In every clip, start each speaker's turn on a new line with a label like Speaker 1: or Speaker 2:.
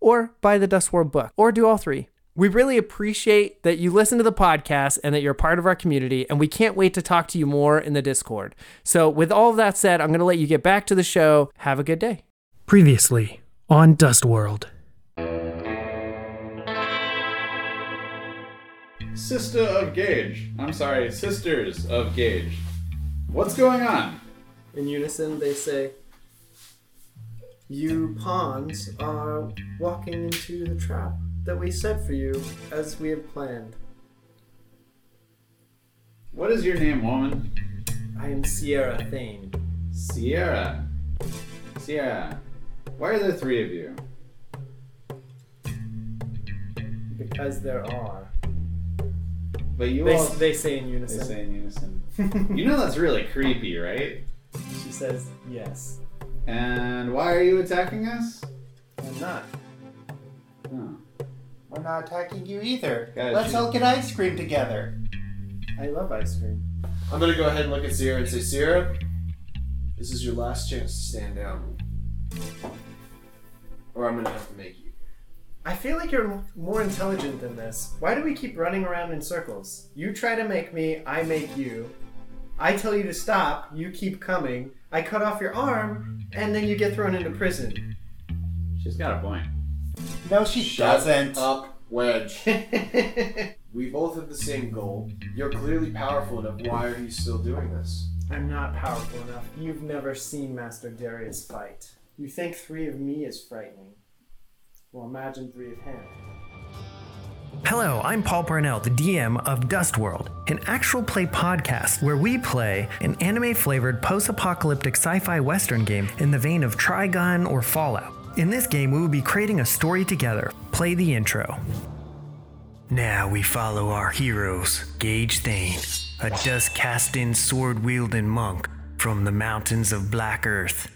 Speaker 1: or buy the Dust World book or do all three. We really appreciate that you listen to the podcast and that you're a part of our community, and we can't wait to talk to you more in the Discord. So, with all of that said, I'm going to let you get back to the show. Have a good day.
Speaker 2: Previously on Dust World.
Speaker 3: Sister of Gage. I'm sorry, Sisters of Gage. What's going on?
Speaker 4: In unison, they say, You pawns are walking into the trap that we set for you as we have planned.
Speaker 3: What is your name, woman?
Speaker 4: I am Sierra Thane.
Speaker 3: Sierra. Sierra. Why are there three of you?
Speaker 4: Because there are.
Speaker 3: But you
Speaker 4: They,
Speaker 3: all
Speaker 4: they say in
Speaker 3: they
Speaker 4: unison.
Speaker 3: say in unison. you know that's really creepy, right?
Speaker 4: She says, Yes.
Speaker 3: And why are you attacking us?
Speaker 4: I'm not.
Speaker 3: Oh.
Speaker 5: We're not attacking you either.
Speaker 3: Got
Speaker 5: Let's
Speaker 3: you.
Speaker 5: all get ice cream together.
Speaker 4: I love ice cream.
Speaker 6: I'm gonna go ahead and look at Sierra and say, Sierra, this is your last chance to stand down. Or I'm gonna have to make you.
Speaker 4: I feel like you're m- more intelligent than this. Why do we keep running around in circles? You try to make me, I make you. I tell you to stop, you keep coming. I cut off your arm, and then you get thrown into prison.
Speaker 3: She's got a point.
Speaker 5: No, she doesn't.
Speaker 6: up, Wedge.
Speaker 4: Uh,
Speaker 6: we both have the same goal. You're clearly powerful enough. Why are you still doing this?
Speaker 4: I'm not powerful enough. You've never seen Master Darius fight. You think three of me is frightening. Well, imagine three of him.
Speaker 2: Hello, I'm Paul Parnell, the DM of Dust World, an actual play podcast where we play an anime flavored post apocalyptic sci fi western game in the vein of Trigun or Fallout. In this game, we will be creating a story together. Play the intro. Now we follow our heroes, Gage Thane, a dust casting, sword wielding monk from the mountains of Black Earth.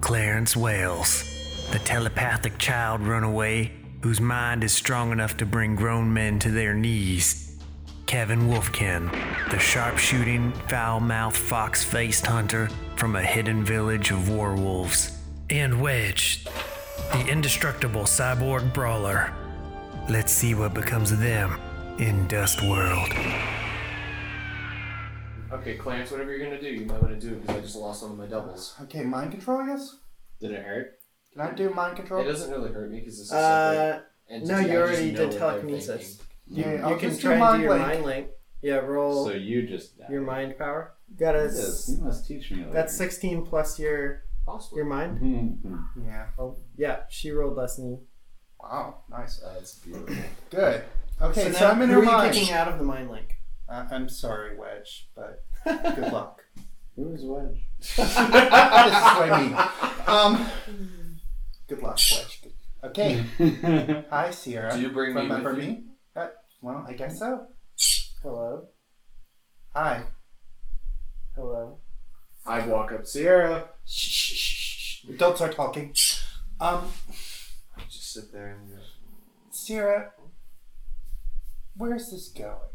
Speaker 2: Clarence Wales, the telepathic child runaway whose mind is strong enough to bring grown men to their knees. Kevin Wolfkin, the sharpshooting, foul mouthed, fox faced hunter from a hidden village of werewolves. And Wedge, the indestructible cyborg brawler. Let's see what becomes of them in Dust World.
Speaker 6: Okay, Clarence, whatever you're gonna do, you might want to do it because I just lost one of my doubles.
Speaker 5: Okay, mind control, I guess?
Speaker 6: Did it hurt?
Speaker 5: Can I do mind
Speaker 6: It
Speaker 5: control?
Speaker 6: doesn't really hurt me because this is separate.
Speaker 4: Uh,
Speaker 6: And
Speaker 4: no,
Speaker 6: just-
Speaker 4: you
Speaker 6: I just
Speaker 4: already
Speaker 6: know
Speaker 4: did
Speaker 6: what they're
Speaker 4: telekinesis.
Speaker 6: thinking.
Speaker 5: yeah,
Speaker 4: you
Speaker 5: I'll
Speaker 4: can
Speaker 5: just
Speaker 4: try
Speaker 5: do
Speaker 4: and
Speaker 5: mind
Speaker 4: do your
Speaker 5: link.
Speaker 4: mind link. Yeah, roll
Speaker 3: So you just died.
Speaker 4: your mind power. You got a.
Speaker 3: Yes,
Speaker 4: s-
Speaker 3: you must teach me. Later.
Speaker 4: That's 16 plus your
Speaker 6: Possible.
Speaker 4: your mind.
Speaker 3: Mhm.
Speaker 5: Yeah.
Speaker 4: Oh, yeah, she rolled less than you.
Speaker 5: Wow, nice.
Speaker 6: That's beautiful.
Speaker 5: Good. Okay, so,
Speaker 4: now
Speaker 5: I'm in
Speaker 4: who
Speaker 5: her
Speaker 4: are you
Speaker 5: mind.
Speaker 4: kicking out of the mind link?
Speaker 5: I- I'm sorry, Wedge, but good luck.
Speaker 3: Who is Wedge?
Speaker 5: this is what I mean. Um, good luck, Wedge. Okay. Hi, Sierra.
Speaker 6: Do you bring me
Speaker 5: Remember
Speaker 6: with
Speaker 5: me?
Speaker 6: you?
Speaker 5: Uh, well, I guess so.
Speaker 4: Hello,
Speaker 5: Hi.
Speaker 4: hello.
Speaker 6: I walk up Sierra.
Speaker 5: Shh, shh, shh, shh. Don't start talking. Um,
Speaker 6: Just sit there and go.
Speaker 5: Sierra, where's this going?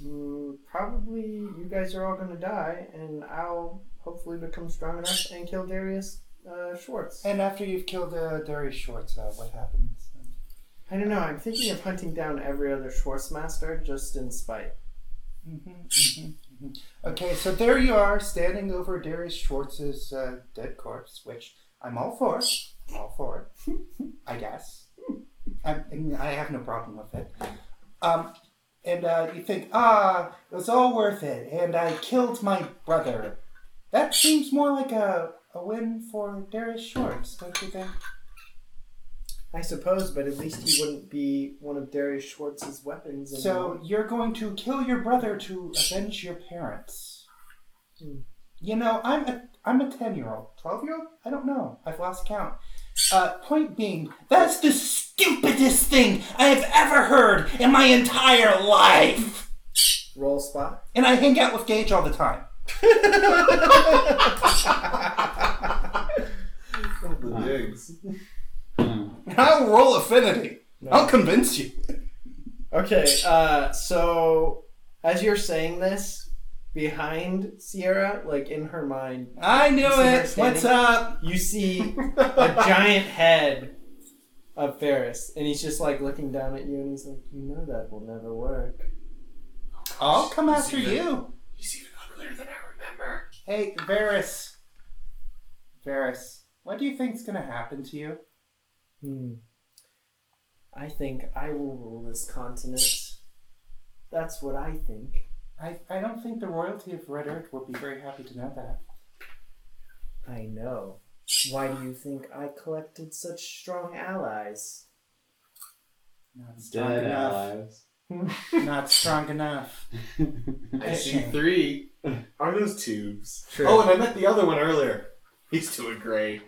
Speaker 4: Hmm, probably you guys are all gonna die, and I'll hopefully become strong enough and kill Darius uh, Schwartz.
Speaker 5: And after you've killed uh, Darius Schwartz, uh, what happens?
Speaker 4: I don't know. I'm thinking of hunting down every other Schwartzmaster just in spite.
Speaker 5: Mm-hmm, mm-hmm, hmm Okay, so there you are, standing over Darius Schwartz's uh, dead corpse, which I'm all for. I'm all for it, I guess. I, I have no problem with it. Um, and uh, you think, ah, it was all worth it, and I killed my brother. That seems more like a, a win for Darius Schwartz, don't you think?
Speaker 4: I suppose, but at least he wouldn't be one of Darius Schwartz's weapons.
Speaker 5: So
Speaker 4: anymore.
Speaker 5: you're going to kill your brother to avenge your parents.
Speaker 4: Hmm.
Speaker 5: You know, I'm a I'm a ten year old, twelve year old. I don't know. I've lost count. Uh, point being, that's the stupidest thing I have ever heard in my entire life.
Speaker 4: roll spot.
Speaker 5: And I hang out with Gage all the time.
Speaker 6: The digs.
Speaker 5: I'll roll affinity. I'll convince you.
Speaker 4: Okay, uh, so as you're saying this, behind Sierra, like in her mind,
Speaker 5: I knew
Speaker 4: You see her
Speaker 5: it.
Speaker 4: standing?
Speaker 5: What's up?
Speaker 4: you see a giant head of Ferris, and he's just like looking down at you, and he's like, "You know that will never work."
Speaker 5: I'll come after you.
Speaker 6: He's even uglier than I remember.
Speaker 5: Hey, Varys. Varys, what do you think's gonna happen to you?
Speaker 4: Hmm. I think I will rule this continent. That's what I think.
Speaker 5: I, I don't think the royalty of Red Earth will be very happy to know that.
Speaker 4: I know. Why do you think I collected such strong allies?
Speaker 5: Not strong
Speaker 3: Dead
Speaker 5: enough.
Speaker 3: allies.
Speaker 5: Not strong enough.
Speaker 6: I see three. Are those tubes?
Speaker 4: True.
Speaker 6: Oh, and I met the other one earlier. He's doing great.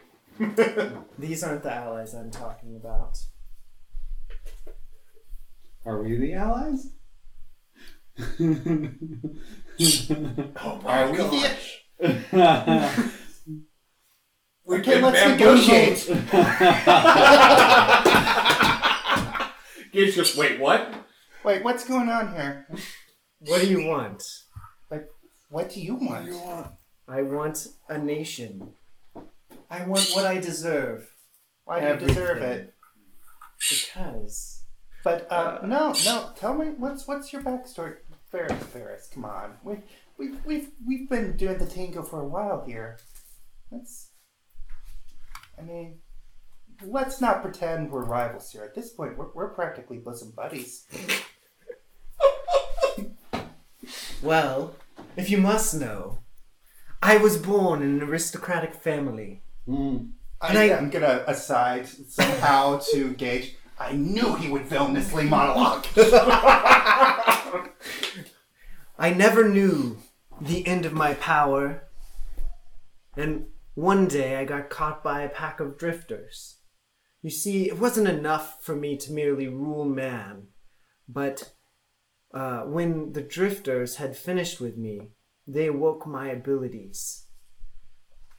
Speaker 4: These aren't the allies I'm talking about.
Speaker 3: Are we the allies?
Speaker 6: Oh my
Speaker 5: Are we
Speaker 6: gosh.
Speaker 5: the-
Speaker 6: We
Speaker 5: Okay,
Speaker 6: can
Speaker 5: let's
Speaker 6: bamboozle.
Speaker 5: negotiate.
Speaker 6: Gabe's just wait, what?
Speaker 5: Wait, what's going on here?
Speaker 4: What do you want?
Speaker 5: What do you want?
Speaker 4: I want a nation. I want what I deserve.
Speaker 5: Why do you deserve
Speaker 4: Everything.
Speaker 5: it?
Speaker 4: Because
Speaker 5: But uh, no, no. Tell me what's what's your backstory, Ferris? Ferris, come on. We we we've we've been doing the tango for a while here. Let's. I mean, let's not pretend we're rivals here. At this point, we're, we're practically bosom buddies.
Speaker 4: Well, if you must know, I was born in an aristocratic family.
Speaker 5: I,
Speaker 4: And I-
Speaker 5: am gonna aside somehow to Gage. I knew he would villainously monologue.
Speaker 4: I never knew the end of my power. And one day I got caught by a pack of drifters. You see, it wasn't enough for me to merely rule man, but uh, when the drifters had finished with me, they awoke my abilities.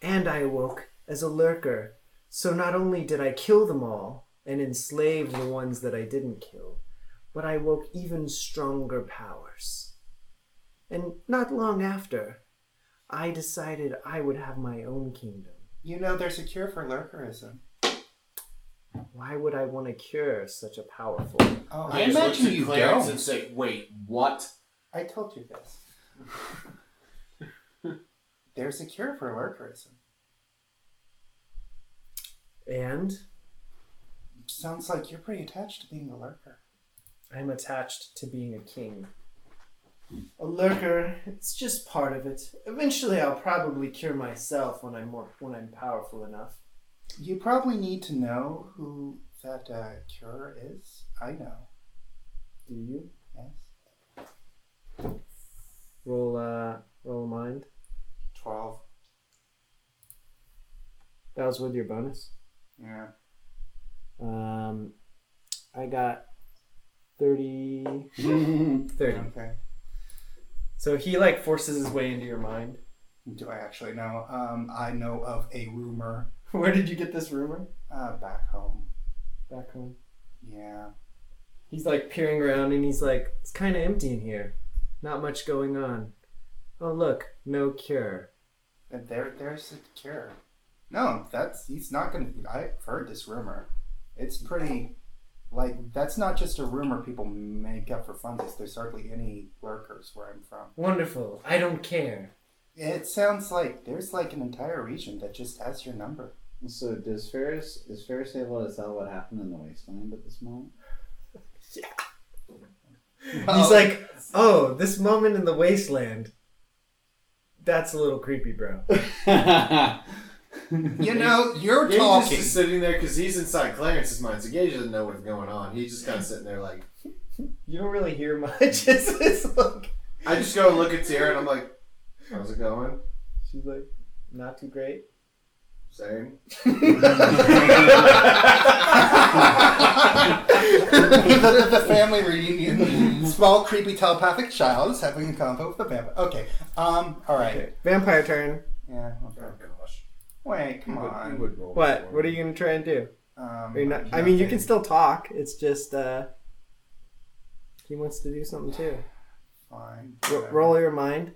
Speaker 4: And I awoke as a lurker, so not only did I kill them all and enslave the ones that I didn't kill, but I woke even stronger powers. And not long after, I decided I would have my own kingdom.
Speaker 5: you know, there's a cure for lurkerism.
Speaker 4: Why would I want to cure such a powerful?
Speaker 5: Oh,
Speaker 6: I
Speaker 5: I
Speaker 6: just looked
Speaker 5: imagine
Speaker 6: at
Speaker 5: you
Speaker 6: Clarence
Speaker 5: don't.
Speaker 6: and say, "Wait, what?"
Speaker 5: I told you this. There's a cure for lurkerism.
Speaker 4: And
Speaker 5: Sounds like you're pretty attached to being a lurker.
Speaker 4: I'm attached to being a king. A lurker, it's just part of it. Eventually, I'll probably cure myself when I'm more when I'm powerful enough.
Speaker 5: You probably need to know who that uh, cure is. I know.
Speaker 4: Do you
Speaker 5: Yes.
Speaker 4: roll? Uh, roll a mind.
Speaker 5: Twelve.
Speaker 4: That was with your bonus.
Speaker 5: Yeah.
Speaker 4: Um, I got 30. 30.
Speaker 5: Okay.
Speaker 4: So he like forces his way into your mind.
Speaker 5: Do I actually know? Um, I know of a rumor
Speaker 4: Where did you get this rumor?
Speaker 5: uh, back home.
Speaker 4: Back home.
Speaker 5: Yeah.
Speaker 4: He's like peering around and he's like, it's kind of empty in here. Not much going on. Oh, look, no cure.
Speaker 5: That there, there's the cure. No, that's he's not gonna. I've heard this rumor. It's pretty, like that's not just a rumor people make up for funsies. There's hardly any lurkers where I'm from.
Speaker 4: Wonderful. I don't care.
Speaker 5: It sounds like there's like an entire region that just has your number.
Speaker 7: So does Ferris is Ferris able to tell what happened in the wasteland at this moment?
Speaker 4: He's like, oh, this moment in the wasteland. That's a little creepy, bro.
Speaker 5: You know, you're
Speaker 6: Gage is
Speaker 5: talking.
Speaker 6: just sitting there because he's inside Clarence's mind, so Gage doesn't know what's going on. He's just kind of sitting there like,
Speaker 4: You don't really hear much. It's, it's like,
Speaker 6: I just go and look at Tierra and I'm like, how's it going?
Speaker 4: she's like, not too great.
Speaker 6: Same.
Speaker 5: the, the family reunion. Small creepy telepathic child is having a combo with a vampire. Okay. Um. All right.
Speaker 4: Okay, vampire turn.
Speaker 5: Yeah.
Speaker 6: Oh
Speaker 5: Okay.
Speaker 6: gosh.
Speaker 5: Wait. Come
Speaker 6: You would,
Speaker 5: on.
Speaker 6: you would roll
Speaker 4: What?
Speaker 6: for
Speaker 4: What are
Speaker 6: it.
Speaker 4: you gonna try and do?
Speaker 5: Um,
Speaker 4: Are you not- I mean, you can still talk. It's just uh, he wants to do something too.
Speaker 5: Fine.
Speaker 4: R-
Speaker 5: whatever.
Speaker 4: roll your mind.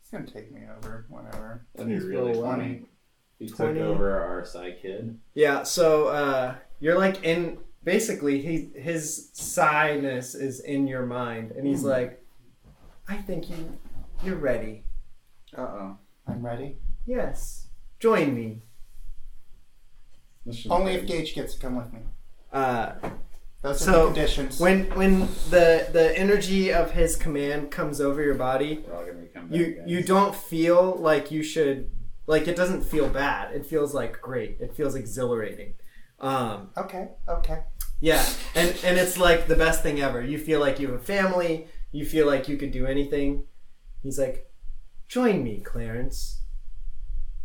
Speaker 5: It's gonna take me over. Whatever.
Speaker 7: That'd
Speaker 4: Please
Speaker 7: be really
Speaker 4: roll
Speaker 7: funny.
Speaker 5: Twenty.
Speaker 7: He took
Speaker 4: 20.
Speaker 7: over our side kid.
Speaker 4: Yeah. So uh, you're like in basically he his sighness is in your mind, and he's like, I think you you're ready.
Speaker 7: Uh oh.
Speaker 5: I'm ready.
Speaker 4: Yes. Join me.
Speaker 5: Only if Gage gets to come with me.
Speaker 4: Uh,
Speaker 5: Those are
Speaker 4: So,
Speaker 5: the conditions.
Speaker 4: when when the the energy of his command comes over your body,
Speaker 7: We're all gonna become bad
Speaker 4: you
Speaker 7: guys.
Speaker 4: you don't feel like you should like it doesn't feel bad it feels like great it feels exhilarating um
Speaker 5: okay. Okay.
Speaker 4: yeah and and it's like the best thing ever you feel like you have a family you feel like you could do anything he's like join me clarence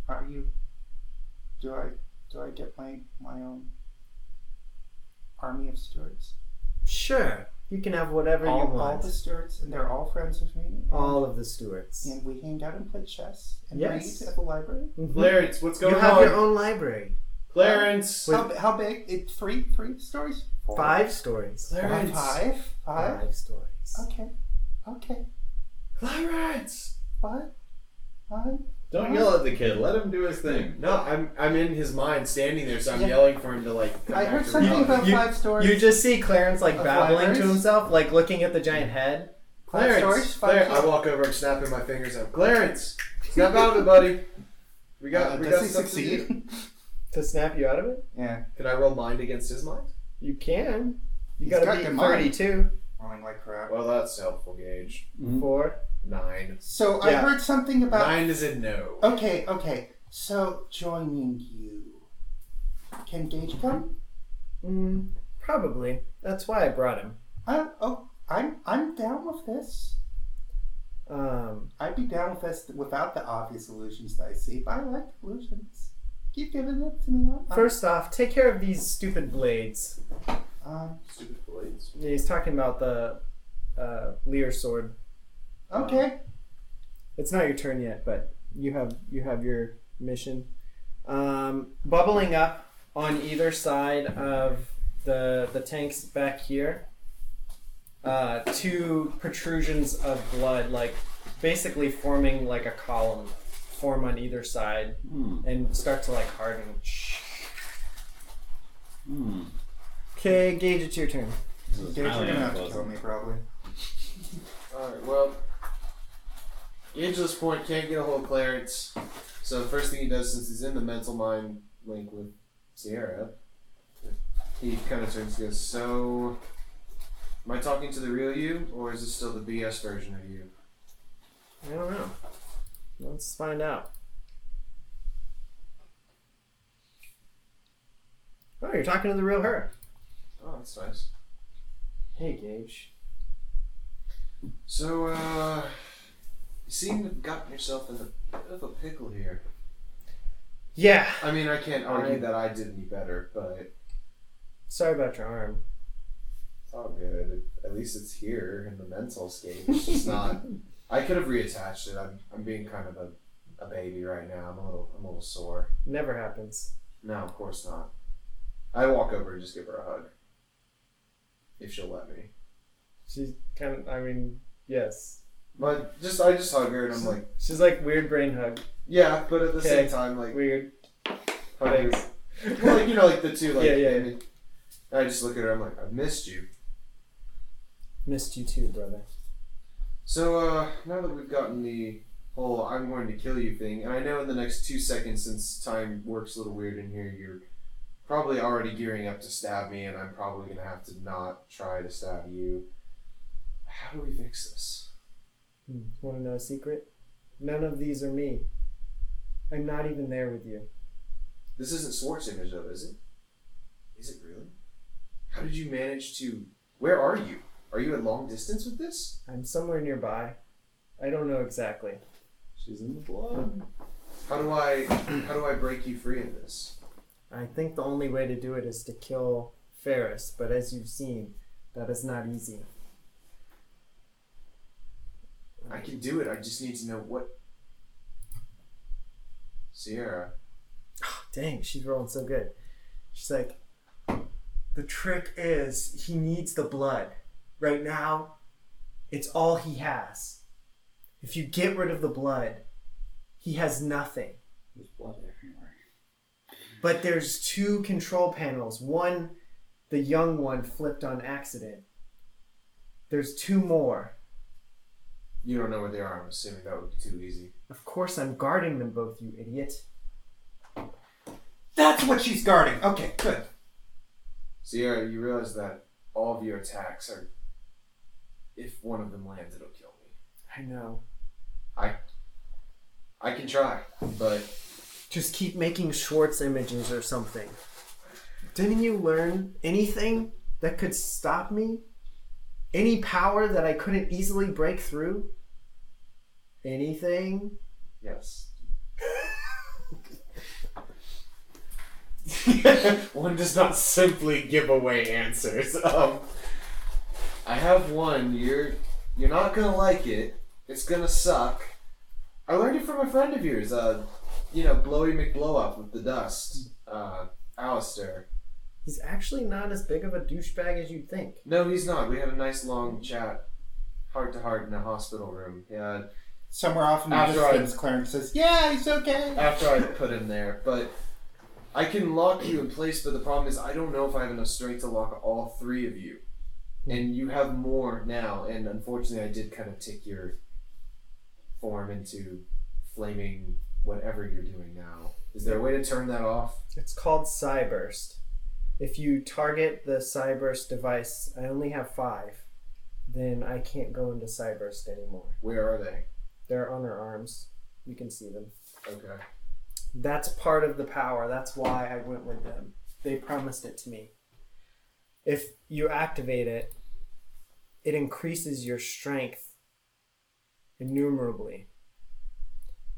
Speaker 5: Are you? Do I? Do I get my my own army of stewards?
Speaker 4: sure you can have whatever you
Speaker 5: All, all
Speaker 4: want
Speaker 5: the stewards, and they're all friends of me.
Speaker 4: all of the stewards
Speaker 5: And we hang out and play chess and
Speaker 4: Yes.
Speaker 5: read at the library.
Speaker 7: Mm-hmm.
Speaker 6: Clarence, what's
Speaker 4: you
Speaker 6: going
Speaker 4: have
Speaker 6: on?
Speaker 4: your own library
Speaker 6: Clarence!
Speaker 5: How, how big? It three three stories. Four.
Speaker 4: five stories
Speaker 5: Five. Five. Five.
Speaker 4: five stories
Speaker 5: Okay. Okay.
Speaker 6: Clarence!
Speaker 5: What? What?
Speaker 6: Don't yell at the kid. Let him do his thing. No, I'm I'm in his mind standing there, so I'm
Speaker 5: Yeah.
Speaker 6: yelling for him to like. come
Speaker 5: I
Speaker 6: back
Speaker 5: heard
Speaker 6: to
Speaker 5: something
Speaker 6: reality.
Speaker 5: about five stories.
Speaker 4: you just see clarence like
Speaker 5: Of
Speaker 4: babbling to
Speaker 5: libraries?
Speaker 4: himself like looking at the giant head
Speaker 5: five stories.
Speaker 6: Clarence,
Speaker 5: Five
Speaker 6: Clarence.
Speaker 5: stories.
Speaker 6: I walk over and snapping my fingers at him. Clarence, snap out of it, buddy. We got.
Speaker 5: Uh,
Speaker 6: we
Speaker 5: does
Speaker 6: got
Speaker 5: he
Speaker 6: stuff to do.
Speaker 5: succeed?
Speaker 4: to snap you out of it?
Speaker 5: yeah.
Speaker 6: Can I roll mind against his mind?
Speaker 4: You can. You
Speaker 5: He's
Speaker 4: gotta
Speaker 5: got
Speaker 4: beat
Speaker 5: good mind.
Speaker 4: 32.
Speaker 5: Rolling like crap.
Speaker 6: Well, that's helpful, Gage.
Speaker 4: Four.
Speaker 6: Nine.
Speaker 5: So I
Speaker 4: Yeah.
Speaker 5: heard something about.
Speaker 6: Nine is a no.
Speaker 5: Okay, okay. So joining you. Can Gage come?
Speaker 4: Mm, probably. That's why I brought him.
Speaker 5: I, oh, I'm I'm down with this.
Speaker 4: Um,
Speaker 5: I'd be down with this without the obvious illusions that I see, but I like illusions. Keep giving them to me. I'm-
Speaker 4: first off, take care of these stupid blades.
Speaker 5: Um,
Speaker 6: Stupid blades.
Speaker 4: Yeah, He's talking about the uh, Lear sword.
Speaker 5: okay.
Speaker 4: It's not your turn yet, but you have you have your mission. Um, bubbling up on either side of the the tanks back here. Uh, two protrusions of blood, like basically forming like a column, form on either side, and start to like harden. Okay, Gage, it's your turn.
Speaker 5: Gage, you're gonna have to kill
Speaker 3: pleasant.
Speaker 5: me probably.
Speaker 6: Alright, well, Gage at this point can't get a hold of Clarence. So the first thing he does, since he's in the mental mind link with Sierra, he kind of turns and goes, So, am I talking to the real you, or is this still the BS version of you?
Speaker 4: I don't know. Let's find out. Oh, you're talking to the real her.
Speaker 6: Oh, that's nice.
Speaker 4: Hey, Gage.
Speaker 6: So, uh, you seem to have gotten yourself in a bit of a pickle here.
Speaker 4: Yeah.
Speaker 6: I mean, I can't argue
Speaker 4: I-
Speaker 6: that I did any better, but
Speaker 4: Sorry about your arm.
Speaker 6: it's all Oh, good. At least it's here in the mental scape. It's just not. I could have reattached it. I'm, I'm being kind of a, a baby right now. I'm a little I'm a little sore.
Speaker 4: Never happens.
Speaker 6: No, of course not. I walk over and just give her a hug, if she'll let me.
Speaker 4: She's kind of. I mean, yes.
Speaker 6: But just I just hug her and I'm like,
Speaker 4: She's like weird brain hug.
Speaker 6: yeah. But at the
Speaker 4: Okay.
Speaker 6: same time, like,
Speaker 4: Weird.
Speaker 6: hugging-
Speaker 4: Thanks.
Speaker 6: well, like, you know, like the two, like,
Speaker 4: Yeah, yeah, yeah.
Speaker 6: and I just look at her. I'm like, I've missed you.
Speaker 4: Missed you too, brother.
Speaker 6: So uh, now that we've gotten the whole "I'm going to kill you" thing, and I know in the next two seconds, since time works a little weird in here, you're probably already gearing up to stab me, and I'm probably gonna have to not try to stab you. How do we fix this?
Speaker 4: Want to Hmm. know a secret? None of these are me. I'm not even there with you.
Speaker 6: This isn't Swartz image though, is it? Is it really? How did you manage to? Where are you? Are you at long distance with this?
Speaker 4: I'm somewhere nearby. I don't know exactly.
Speaker 7: She's in the blood.
Speaker 6: How do I? How do I break you free of this?
Speaker 4: I think the only way to do it is to kill Ferris, but as you've seen, that is not easy.
Speaker 6: I can do it. I just need to know what. Sierra.
Speaker 4: Dang, she's rolling so good. She's like, the trick is he needs the blood. Right now, it's all he has. If you get rid of the blood, he has nothing.
Speaker 7: There's blood everywhere.
Speaker 4: But there's two control panels. One, the young one flipped on accident. There's two more.
Speaker 6: You don't know where they are. I'm assuming that would be too easy.
Speaker 4: Of course, I'm guarding them both, you idiot.
Speaker 5: That's what she's guarding. Okay, good.
Speaker 6: Sierra, you realize that all of your attacks are. If one of them lands, it'll kill me.
Speaker 4: I know.
Speaker 6: I. I can try, but
Speaker 4: Just keep making Schwartz images or something. Didn't you learn anything that could stop me? Any power that I couldn't easily break through? Anything?
Speaker 6: yes. one does not simply give away answers. Um, I have one. You're you're not gonna like it. It's gonna suck. I learned it from a friend of yours. Uh, you know, Blowy McBlow up with the dust. Uh, Alistair.
Speaker 4: He's actually not as big of a douchebag as you'd think.
Speaker 6: No, he's not. We had a nice long chat, heart to heart, in a hospital room. Yeah,
Speaker 5: Somewhere off in the
Speaker 6: After I-
Speaker 5: distance, Clarence says, "Yeah, he's okay."
Speaker 6: after I put him there, but I can lock you in place. But the problem is, I don't know if I have enough strength to lock all three of you, and you have more now. And unfortunately, I did kind of tick your form into flaming whatever you're doing now. Is there a way to turn that off?
Speaker 4: It's called Cyburst. If you target the Cyburst device, I only have five, then I can't go into Cyburst anymore.
Speaker 6: Where are they?
Speaker 4: They're on her arms. You can see them.
Speaker 6: Okay.
Speaker 4: That's part of the power. That's why I went with them. They promised it to me. If you activate it, it increases your strength innumerably.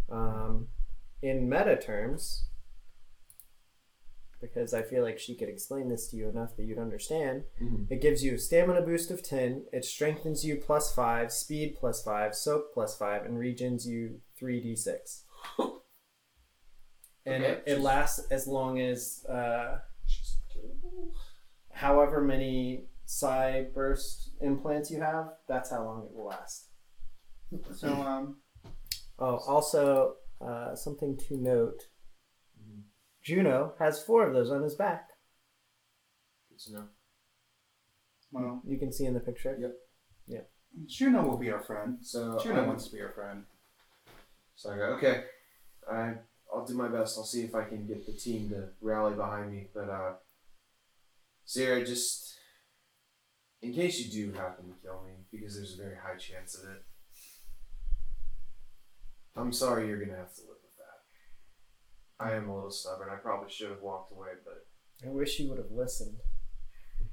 Speaker 4: Um, in meta terms, because I feel like she could explain this to you enough that you'd understand, it gives you a stamina boost of 10, it strengthens you plus 5, speed plus 5, soak plus 5, and regens you 3d6. and
Speaker 6: Okay.
Speaker 4: it, it lasts as long as uh, however many psi burst implants you have, that's how long it will last.
Speaker 5: So,
Speaker 4: Mm.
Speaker 5: um,
Speaker 4: Oh, also, uh, something to note Juno has four of those on his back.
Speaker 6: pictures, you know?
Speaker 5: Well,
Speaker 4: You can see in the picture.
Speaker 6: Yep.
Speaker 5: Juno will be our friend.
Speaker 6: So um,
Speaker 5: Juno
Speaker 6: I-
Speaker 5: wants to be our friend.
Speaker 6: So I go, okay, I, I'll do my best. I'll see if I can get the team to rally behind me. But, uh, Sarah, just in case you do happen to kill me, because there's a very high chance of it, I'm sorry you're going to have to live with that. I am a little stubborn. I probably should have walked away, but
Speaker 4: I wish you would have listened.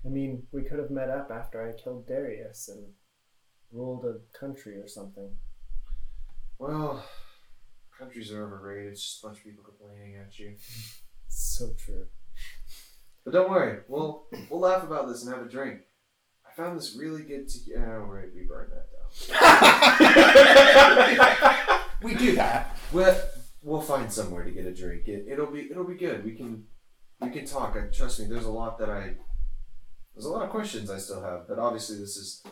Speaker 4: I mean, we could have met up after I killed Darius and ruled a country or something.
Speaker 6: Well, countries are overrated. It's just a bunch of people complaining at you.
Speaker 4: So true.
Speaker 6: But don't worry, we'll we'll laugh about this and have a drink. I found this really good tequila. Oh, right, we burned that down.
Speaker 5: We do that.
Speaker 6: We'll, we'll find somewhere to get a drink. It, it'll be it'll be good. We can we can talk. I, trust me. There's a lot that I there's a lot of questions I still have. But obviously, this is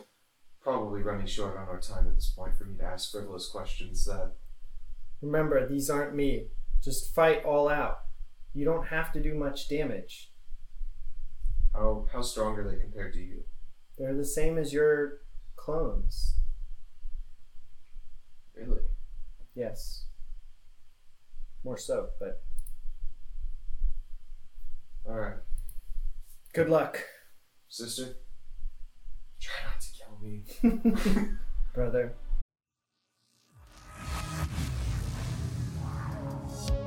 Speaker 6: probably running short on our time at this point for me to ask frivolous questions that
Speaker 4: Remember, these aren't me. Just fight all out. You don't have to do much damage.
Speaker 6: how how strong are they compared to you?
Speaker 4: They're the same as your clones.
Speaker 6: Really?
Speaker 4: Yes. More so, but
Speaker 6: All right,
Speaker 4: good luck,
Speaker 6: sister. Try not to kill me.
Speaker 4: brother.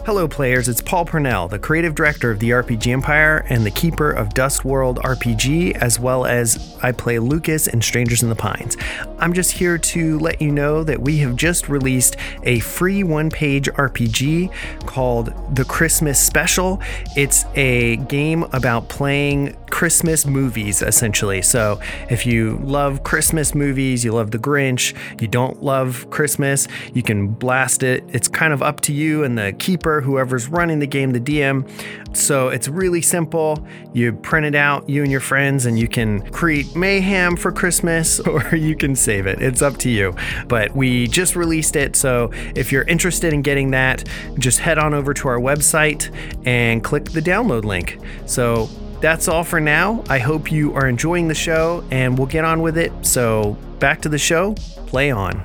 Speaker 2: Hello, players. It's Paul Purnell, the creative director of the RPG Empire and the keeper of Dust World RPG, as well as I play Lucas in Strangers in the Pines. I'm just here to let you know that we have just released a free one page RPG called The Christmas Special. It's a game about playing Christmas movies, essentially. So if you love Christmas movies, you love The Grinch, you don't love Christmas, you can blast it. It's kind of up to you and the keeper, whoever's running the game, the DM. So it's really simple. You print it out, you and your friends, and you can create mayhem for Christmas or you can save it. It's up to you. But we just released it. So if you're interested in getting that, just head on over to our website and click the download link. So that's all for now. I hope you are enjoying the show and we'll get on with it. So back to the show, play on.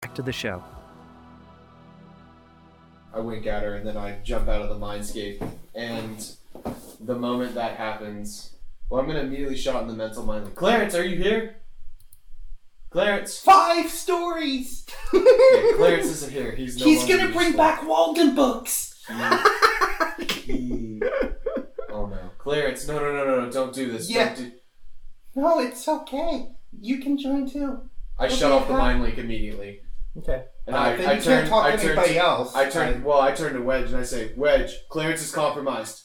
Speaker 2: Back to the show.
Speaker 6: I wink at her and then I jump out of the mindscape. And the moment that happens, well, I'm gonna immediately shout in the mental mind, like, Clarence, are you here? Clarence.
Speaker 5: Five stories.
Speaker 6: Okay, Clarence isn't here. He's no
Speaker 5: He's
Speaker 6: longer
Speaker 5: gonna bring
Speaker 6: useful.
Speaker 5: back Walden books.
Speaker 6: He- Oh no, Clarence! No, no, no, no, no! Don't do this.
Speaker 5: Yeah.
Speaker 6: Don't do-
Speaker 5: No, it's okay. You can join too.
Speaker 6: I shut off the mind link immediately,
Speaker 4: Okay.
Speaker 6: and
Speaker 5: Uh,
Speaker 6: I,
Speaker 5: then
Speaker 6: I
Speaker 5: you can't
Speaker 6: turned.
Speaker 5: talk
Speaker 6: I
Speaker 5: to
Speaker 6: turned.
Speaker 5: anybody else.
Speaker 6: I turned.
Speaker 5: I-
Speaker 6: Well, I turned to Wedge and I say, Wedge, Clarence is compromised.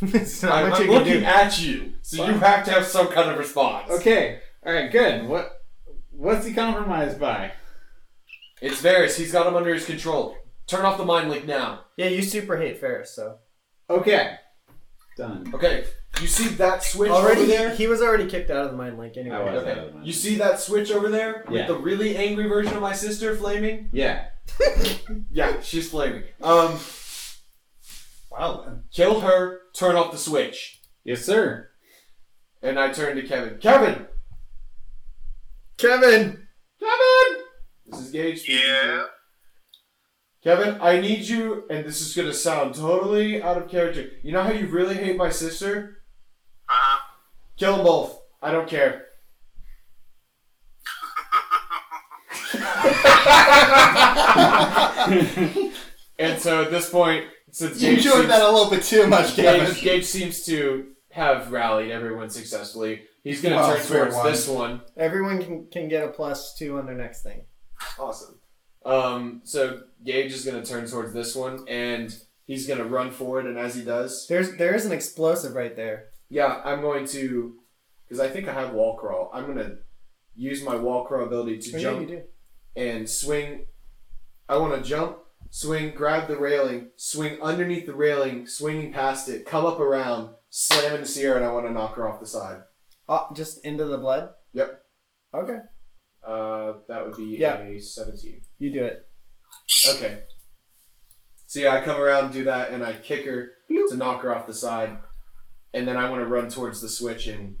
Speaker 5: it's not
Speaker 6: I'm, I'm looking at you, so you have to have some kind of response.
Speaker 7: Okay. All right. Good. What? What's he compromised by?
Speaker 6: It's Varys. He's got him under his control. Turn off the mind link now.
Speaker 4: Yeah, you super hate Ferris, so
Speaker 7: Okay. Done.
Speaker 6: Okay. You see that switch
Speaker 4: already
Speaker 6: over there?
Speaker 4: he was already kicked out of the mind link anyway.
Speaker 7: I was.
Speaker 6: Okay. You see that switch over there with
Speaker 7: Yeah.
Speaker 6: the really angry version of my sister flaming?
Speaker 7: Yeah.
Speaker 6: Yeah, she's flaming. Um,
Speaker 5: Wow. then.
Speaker 6: kill her. Turn off the switch.
Speaker 7: Yes, sir.
Speaker 6: And I turn to Kevin. Kevin.
Speaker 4: Kevin.
Speaker 6: Kevin. This is Gage. Yeah. Kevin, I need you, and this is gonna sound totally out of character. You know how you really hate my sister?
Speaker 8: Uh-huh.
Speaker 6: Kill them both. I don't care. and so at this point, since
Speaker 5: You
Speaker 6: Gage,
Speaker 5: enjoyed
Speaker 6: seems,
Speaker 5: that a little bit too much, Kevin.
Speaker 6: Gage, Gage seems to have rallied everyone successfully, he's going to
Speaker 5: Well,
Speaker 6: turn
Speaker 5: fair
Speaker 6: towards
Speaker 5: one.
Speaker 6: this one.
Speaker 4: Everyone can, can get a plus two on their next thing.
Speaker 6: Awesome. Um, so Gage is going to turn towards this one, and he's going to run forward. And as he does,
Speaker 4: There's there is an explosive right there.
Speaker 6: Yeah, I'm going to, because I think I have wall crawl. I'm gonna use my wall crawl ability to
Speaker 4: Oh, yeah, you
Speaker 6: jump
Speaker 4: do.
Speaker 6: and swing. I want to jump, swing, grab the railing, swing underneath the railing, swinging past it, come up around, slam into Sierra, and I want to knock her off the side.
Speaker 4: Oh, just into the blood.
Speaker 6: Yep.
Speaker 4: Okay.
Speaker 6: Uh, that would be
Speaker 4: Yeah.
Speaker 6: a 17.
Speaker 4: You do it.
Speaker 6: Okay. So yeah, I come around and do that, and I kick her to knock her off the side, and then I want to run towards the switch and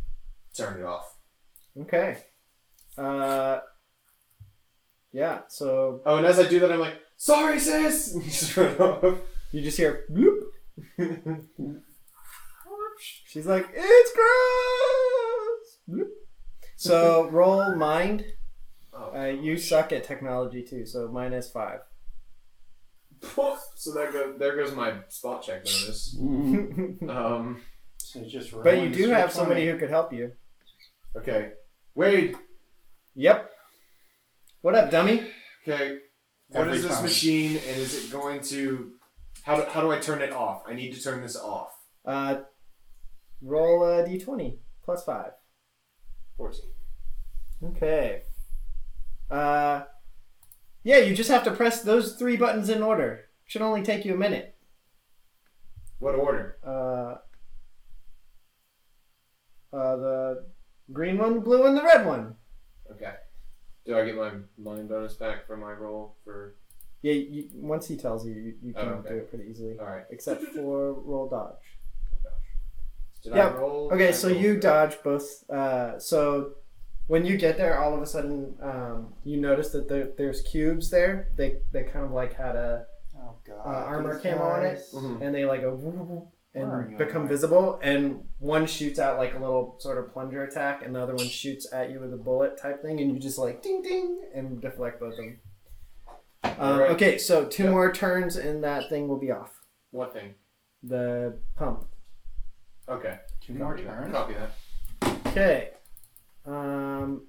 Speaker 6: turn it off.
Speaker 4: Okay. Uh, yeah, so
Speaker 6: Oh, and as I do that, I'm like, "Sorry, sis," and just run off.
Speaker 4: you just hear bloop. She's like, it's gross! Bloop. So roll mind.
Speaker 6: Oh.
Speaker 4: Uh, you suck at technology too, so minus five.
Speaker 6: Oh. So there goes there goes my spot check bonus. Um,
Speaker 5: So just
Speaker 4: But
Speaker 5: roll
Speaker 4: you
Speaker 5: a
Speaker 4: do
Speaker 5: straight
Speaker 4: have somebody
Speaker 5: line.
Speaker 4: who could help you.
Speaker 6: okay, Wade.
Speaker 4: Yep. What up, dummy?
Speaker 6: Okay, what
Speaker 5: Every
Speaker 6: is this
Speaker 5: time.
Speaker 6: machine, and is it going to? How do, how do I turn it off? I need to turn this off.
Speaker 4: Uh, roll a d20 plus five.
Speaker 6: Fourteen.
Speaker 4: Okay. Uh, yeah, you just have to press those three buttons in order. Should only take you a minute.
Speaker 6: What order?
Speaker 4: Uh, uh, the green one, the blue one, the red one.
Speaker 6: Okay. Do I get my line bonus back for my roll for?
Speaker 4: Yeah, you, once he tells you, you, you
Speaker 6: Oh,
Speaker 4: can
Speaker 6: okay.
Speaker 4: do it pretty easily.
Speaker 6: All right.
Speaker 4: Except for roll dodge.
Speaker 6: Did
Speaker 4: Yeah.
Speaker 6: I roll?
Speaker 4: Okay,
Speaker 6: I
Speaker 4: so
Speaker 6: rolled
Speaker 4: you
Speaker 6: good.
Speaker 4: dodge both. Uh, so when you get there, all of a sudden um, you notice that there, there's cubes there. They they kind of like had a
Speaker 5: Oh god.
Speaker 4: uh, armor
Speaker 5: these
Speaker 4: camo on it,
Speaker 5: guys.
Speaker 6: Mhm.
Speaker 4: and they like go whoop, whoop, whoop,
Speaker 5: Where are you
Speaker 4: and become
Speaker 5: at?
Speaker 4: visible. And one shoots out like a little sort of plunger attack, and the other one shoots at you with a bullet type thing, and you just like ding ding and deflect both of them. Um,
Speaker 6: Alright.
Speaker 4: Okay, so two
Speaker 6: Yep.
Speaker 4: more turns, and that thing will be off
Speaker 6: What thing?
Speaker 4: the pump.
Speaker 6: Okay.
Speaker 5: Two more
Speaker 6: Copy that.
Speaker 5: turns.
Speaker 6: Copy that.
Speaker 4: Okay. Um,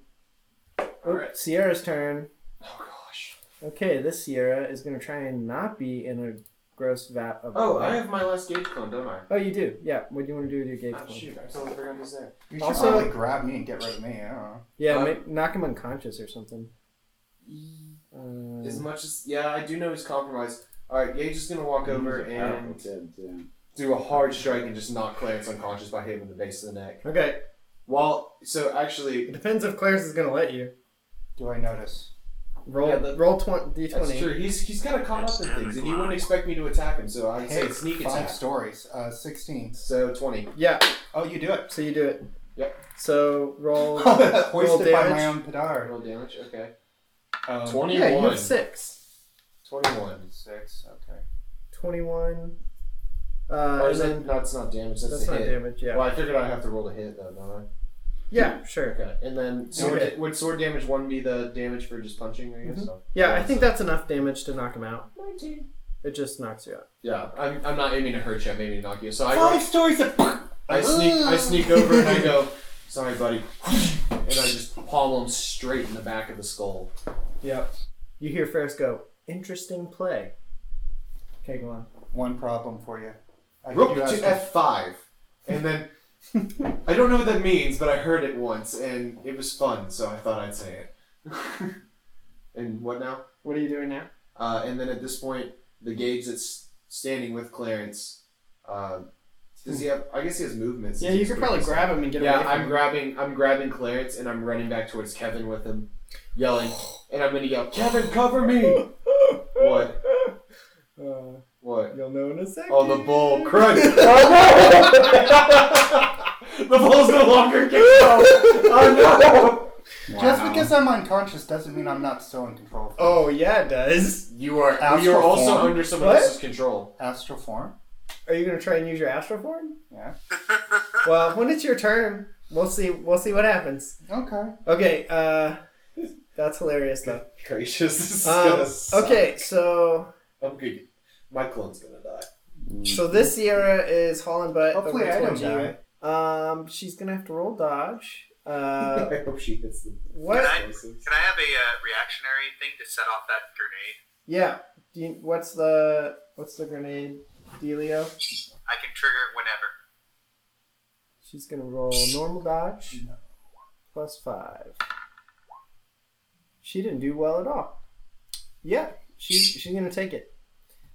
Speaker 6: All
Speaker 4: oop,
Speaker 6: right.
Speaker 4: Sierra's turn.
Speaker 6: Oh gosh.
Speaker 4: Okay, this Sierra is gonna try and not be in a gross vat of.
Speaker 6: Oh, I have my last gauge clone, don't I?
Speaker 4: Oh, you do. Yeah. What do you want to do with your gauge?
Speaker 6: Ah,
Speaker 4: point?
Speaker 6: shoot, I totally forgot he's there.
Speaker 5: You should
Speaker 4: Also-
Speaker 5: probably grab me and get rid of me. I don't know.
Speaker 4: Yeah,
Speaker 6: Um,
Speaker 4: ma- knock him unconscious or something. Uh,
Speaker 6: As much as yeah, I do know he's compromised. All right, Gage is gonna walk over
Speaker 7: He's a powerful
Speaker 6: and
Speaker 7: kid, too.
Speaker 6: do a hard strike and just knock Clarence unconscious by hitting him in the base of the neck.
Speaker 4: okay,
Speaker 6: While so actually,
Speaker 4: it depends if Clarence is gonna let you
Speaker 5: Do I notice?
Speaker 4: roll.
Speaker 6: Yeah, the-
Speaker 4: roll twenty d
Speaker 6: That's
Speaker 4: twenty.
Speaker 6: true. He's he's kind of caught up in things, and you wouldn't expect me to attack him, so I'd say
Speaker 5: Hey,
Speaker 6: sneak
Speaker 5: Five
Speaker 6: attack.
Speaker 5: stories. Uh, sixteen.
Speaker 6: So twenty.
Speaker 4: Yeah.
Speaker 5: Oh, you do it.
Speaker 4: So you do it.
Speaker 6: Yep.
Speaker 4: So roll. roll
Speaker 5: Hoisted by
Speaker 4: damage.
Speaker 5: my own petard.
Speaker 6: Roll damage. Okay.
Speaker 5: Um,
Speaker 6: Twenty-one.
Speaker 4: Yeah, you have six.
Speaker 6: Twenty-one.
Speaker 5: Six. Okay.
Speaker 4: Twenty-one.
Speaker 6: Or
Speaker 4: Uh, and
Speaker 6: is
Speaker 4: then
Speaker 6: it? No, it's not damage. That's,
Speaker 4: that's
Speaker 6: a
Speaker 4: not
Speaker 6: hit.
Speaker 4: damage. Yeah.
Speaker 6: Well, I figured I have to roll to hit though, don't
Speaker 4: Yeah.
Speaker 6: I?
Speaker 4: Sure.
Speaker 6: Okay. And then sword
Speaker 4: hit. Mm-hmm.
Speaker 6: would sword damage one be the damage for just punching? I guess. So-
Speaker 4: Yeah, I think
Speaker 6: so-
Speaker 4: that's enough damage to knock him out.
Speaker 6: nineteen.
Speaker 4: It just knocks you out.
Speaker 6: Yeah, I'm, I'm not aiming to hurt you. I'm aiming to knock you. So I
Speaker 5: Five stories. Of-
Speaker 6: I sneak I sneak over and I go, sorry buddy, and I just palm him straight in the back of the skull.
Speaker 4: Yep. You hear Ferris go, "Interesting play." Okay, go on.
Speaker 5: One problem for you. I
Speaker 6: Rook
Speaker 5: think you
Speaker 6: to
Speaker 5: asked-
Speaker 6: F5. And then I don't know what that means, but I heard it once and it was fun, so I thought I'd say it. and what now?
Speaker 4: What are you doing now?
Speaker 6: Uh, and then at this point, the gauge that's standing with Clarence, uh, does he have? I guess he has movements.
Speaker 4: Yeah, you could probably grab him and get
Speaker 6: yeah,
Speaker 4: away. from
Speaker 6: I'm
Speaker 4: him.
Speaker 6: grabbing. I'm grabbing Clarence and I'm running back towards Kevin with him, yelling, and I'm gonna yell, "Kevin, cover me!" What?
Speaker 4: Uh,
Speaker 6: What?
Speaker 4: you'll know in a second.
Speaker 6: Oh, the bull! Crud! Oh, no! the bull's no longer kicked off. Oh
Speaker 5: Just because I'm unconscious doesn't mean I'm not still in control.
Speaker 4: Oh yeah, it does.
Speaker 6: no! You are.
Speaker 5: Astral
Speaker 6: you are also
Speaker 5: form.
Speaker 6: under someone
Speaker 4: What?
Speaker 6: else's control.
Speaker 5: Astral form.
Speaker 4: Are you gonna try and use your astral form?
Speaker 5: Yeah.
Speaker 4: Well, when it's your turn, we'll see. We'll see what happens.
Speaker 5: Okay.
Speaker 4: Okay. Uh, that's hilarious though.
Speaker 6: Gracious, this is
Speaker 4: Um,
Speaker 6: gonna suck.
Speaker 4: okay, so
Speaker 6: I'm good. My clone's gonna die.
Speaker 4: so this Sierra is hauling butt.
Speaker 5: Hopefully
Speaker 4: over
Speaker 5: I don't
Speaker 4: towards you. Um, she's gonna have to roll dodge. Uh,
Speaker 6: I hope she hits the
Speaker 4: what?
Speaker 9: I- Can I have a uh, reactionary thing to set off that grenade?
Speaker 4: Yeah. Do you, what's the what's the grenade dealio?
Speaker 9: I can trigger it whenever.
Speaker 4: She's gonna roll normal dodge plus five. She didn't do well at all. Yeah, she's she's gonna take it.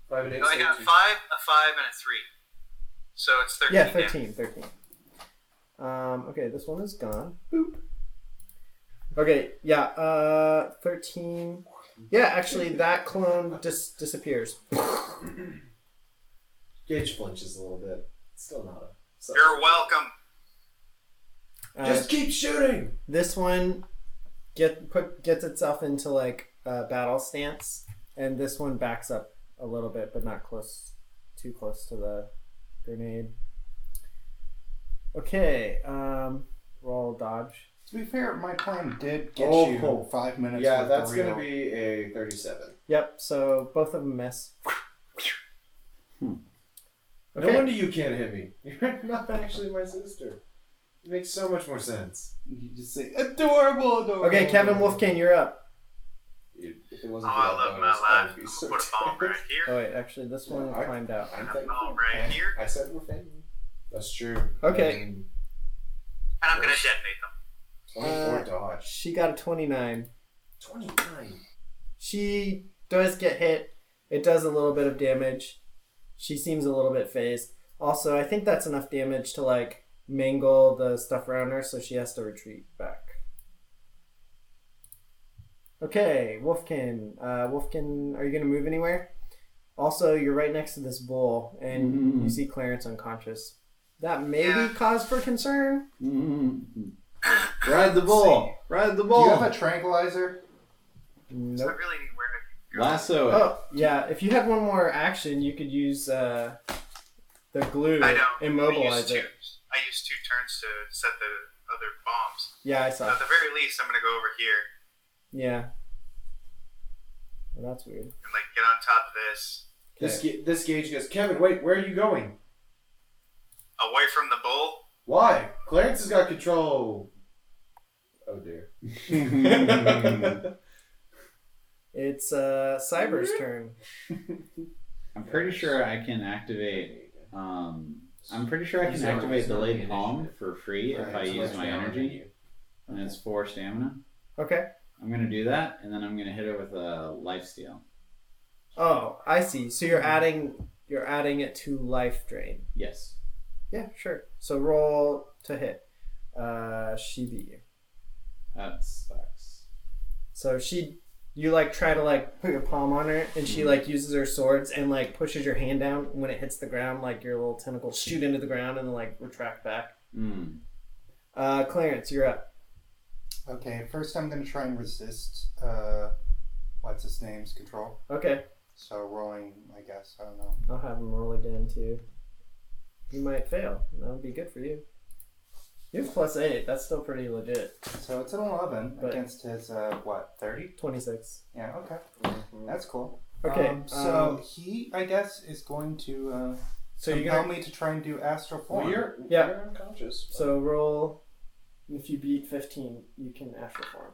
Speaker 6: Five and eight.
Speaker 9: No, I got a five, a five, and a three. So it's thirteen.
Speaker 4: Yeah,
Speaker 9: damage.
Speaker 4: 13, 13. Um, okay, this one is gone. Boop. Okay, yeah, uh, 13.
Speaker 2: Yeah, actually, that clone dis- disappears.
Speaker 6: Gage flinches a little bit. Still not a. So,
Speaker 4: You're welcome.
Speaker 2: Uh,
Speaker 6: just keep shooting.
Speaker 2: this one get put gets itself into like a battle stance, and this one backs up a little bit, but not close, too close to the grenade. Okay, um, roll dodge.
Speaker 5: To be fair, my plan did get
Speaker 6: Oh,
Speaker 5: you
Speaker 6: cool.
Speaker 5: five minutes.
Speaker 6: yeah,
Speaker 5: with the
Speaker 6: that's gonna
Speaker 5: real-
Speaker 6: be a 37.
Speaker 2: Yep. So both of them miss.
Speaker 6: No
Speaker 2: Okay.
Speaker 6: Hmm. wonder you can't hit me. You're not actually my sister. It makes so much more sense.
Speaker 5: You just say adorable, adorable.
Speaker 2: Okay, Kevin Wolfkin, you're up.
Speaker 6: If it
Speaker 4: Oh,
Speaker 6: wasn't for
Speaker 4: I
Speaker 6: that
Speaker 4: love my
Speaker 6: bonus, I would
Speaker 4: life.
Speaker 6: be
Speaker 4: I'm
Speaker 6: so
Speaker 4: gonna put a bomb
Speaker 6: tired.
Speaker 4: right here.
Speaker 2: Oh wait, actually, this one
Speaker 6: Yeah, I-
Speaker 2: climbed out.
Speaker 6: I'm
Speaker 4: A
Speaker 6: thankful.
Speaker 4: bomb right here,
Speaker 6: I said we're family. That's true.
Speaker 2: Okay.
Speaker 6: And
Speaker 4: and I'm gonna detonate them.
Speaker 6: 24
Speaker 2: Uh,
Speaker 6: dodge.
Speaker 2: She got a 29.
Speaker 6: 29.
Speaker 2: She does get hit. It does a little bit of damage. She seems a little bit phased. Also, I think that's enough damage to like mangle the stuff around her, so she has to retreat back. Okay, Wolfkin. Uh, Wolfkin, are you gonna move anywhere? Also, you're right next to this bull, and you see Clarence unconscious. That may be
Speaker 4: Yeah.
Speaker 2: cause for concern.
Speaker 7: Mm. Ride the bull. Ride the
Speaker 5: Do
Speaker 7: bull.
Speaker 5: you have a tranquilizer?
Speaker 4: So I
Speaker 2: Nope.
Speaker 4: really need where I can go.
Speaker 7: Lasso it.
Speaker 2: Oh yeah, if you had one more action, you could use uh, the glue
Speaker 4: I don't. I
Speaker 2: immobilize
Speaker 4: used, two,
Speaker 2: it.
Speaker 4: I used two turns to set the other bombs.
Speaker 2: Yeah, I
Speaker 4: So
Speaker 2: saw.
Speaker 4: at the very least, I'm gonna go over here
Speaker 2: Yeah. Well, that's weird.
Speaker 4: and like get on top of this,
Speaker 6: This, ga- this gauge goes, Kevin, wait, where are you going?
Speaker 4: away from the bull.
Speaker 6: Why? Clarence has got control. Oh dear.
Speaker 2: It's uh, Cyber's turn.
Speaker 7: I'm pretty sure I can activate. Um, I'm pretty sure I
Speaker 6: He's
Speaker 7: can
Speaker 6: not- he's
Speaker 7: activate
Speaker 6: not
Speaker 7: delayed
Speaker 6: being
Speaker 7: palm
Speaker 6: initiative.
Speaker 7: for free if I
Speaker 6: Right, so
Speaker 7: use
Speaker 6: that's
Speaker 7: my
Speaker 6: down on
Speaker 7: energy,
Speaker 6: you.
Speaker 7: and it's four stamina.
Speaker 2: Okay.
Speaker 7: I'm gonna do that, and then I'm gonna hit her with a life steal.
Speaker 2: Oh, I see. So you're adding you're adding it to life drain.
Speaker 7: Yes.
Speaker 2: Yeah, sure. So roll to hit. Uh, she beat you.
Speaker 7: That sucks.
Speaker 2: So she, you like try to like put your palm on her, and she like uses her swords and like pushes your hand down. And when it hits the ground, like your little tentacles shoot into the ground and like retract back.
Speaker 7: Mm.
Speaker 2: Uh, Clarence, you're up.
Speaker 5: Okay, first I'm gonna try and resist. Uh, what's his name's control?
Speaker 2: Okay,
Speaker 5: So rolling, I guess. I don't know.
Speaker 2: I'll have him roll again too. You might fail. That would be good for you. You have plus eight. That's still pretty legit.
Speaker 5: So it's an eleven
Speaker 2: But-
Speaker 5: against his uh, what thirty?
Speaker 2: Twenty six.
Speaker 5: Yeah. Okay.
Speaker 4: Mm-hmm.
Speaker 5: That's cool.
Speaker 2: Okay.
Speaker 5: Um, so
Speaker 2: um,
Speaker 5: he, I guess, is going to uh,
Speaker 2: so you're
Speaker 5: compel
Speaker 2: gonna
Speaker 5: me to try and do astral form.
Speaker 6: Well, you're,
Speaker 2: Yeah.
Speaker 6: you're unconscious.
Speaker 2: so roll. If you beat fifteen, you can astral form.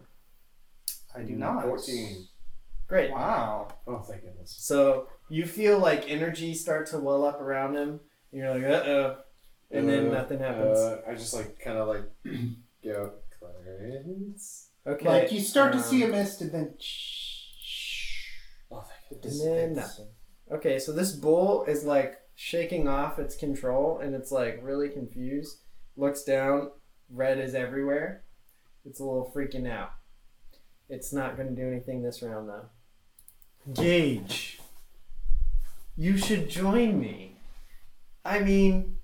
Speaker 5: I do not.
Speaker 6: 14.
Speaker 2: Great.
Speaker 5: Wow.
Speaker 6: Oh, thank goodness.
Speaker 2: So you feel like energy start to well up around him. And you're like, uh oh. And then
Speaker 6: Uh,
Speaker 2: nothing happens.
Speaker 6: Uh, I just like kind of like go Clarence.
Speaker 2: okay.
Speaker 5: Like you start
Speaker 2: um,
Speaker 5: to see a mist and then. shh
Speaker 6: Oh, thank
Speaker 5: It
Speaker 2: And then
Speaker 5: dissipates.
Speaker 2: nothing. Okay, so this bull is like shaking off its control and it's like really confused. Looks down, red is everywhere. It's a little freaking out. It's not going to do anything this round though. Gage, you should join me. I mean,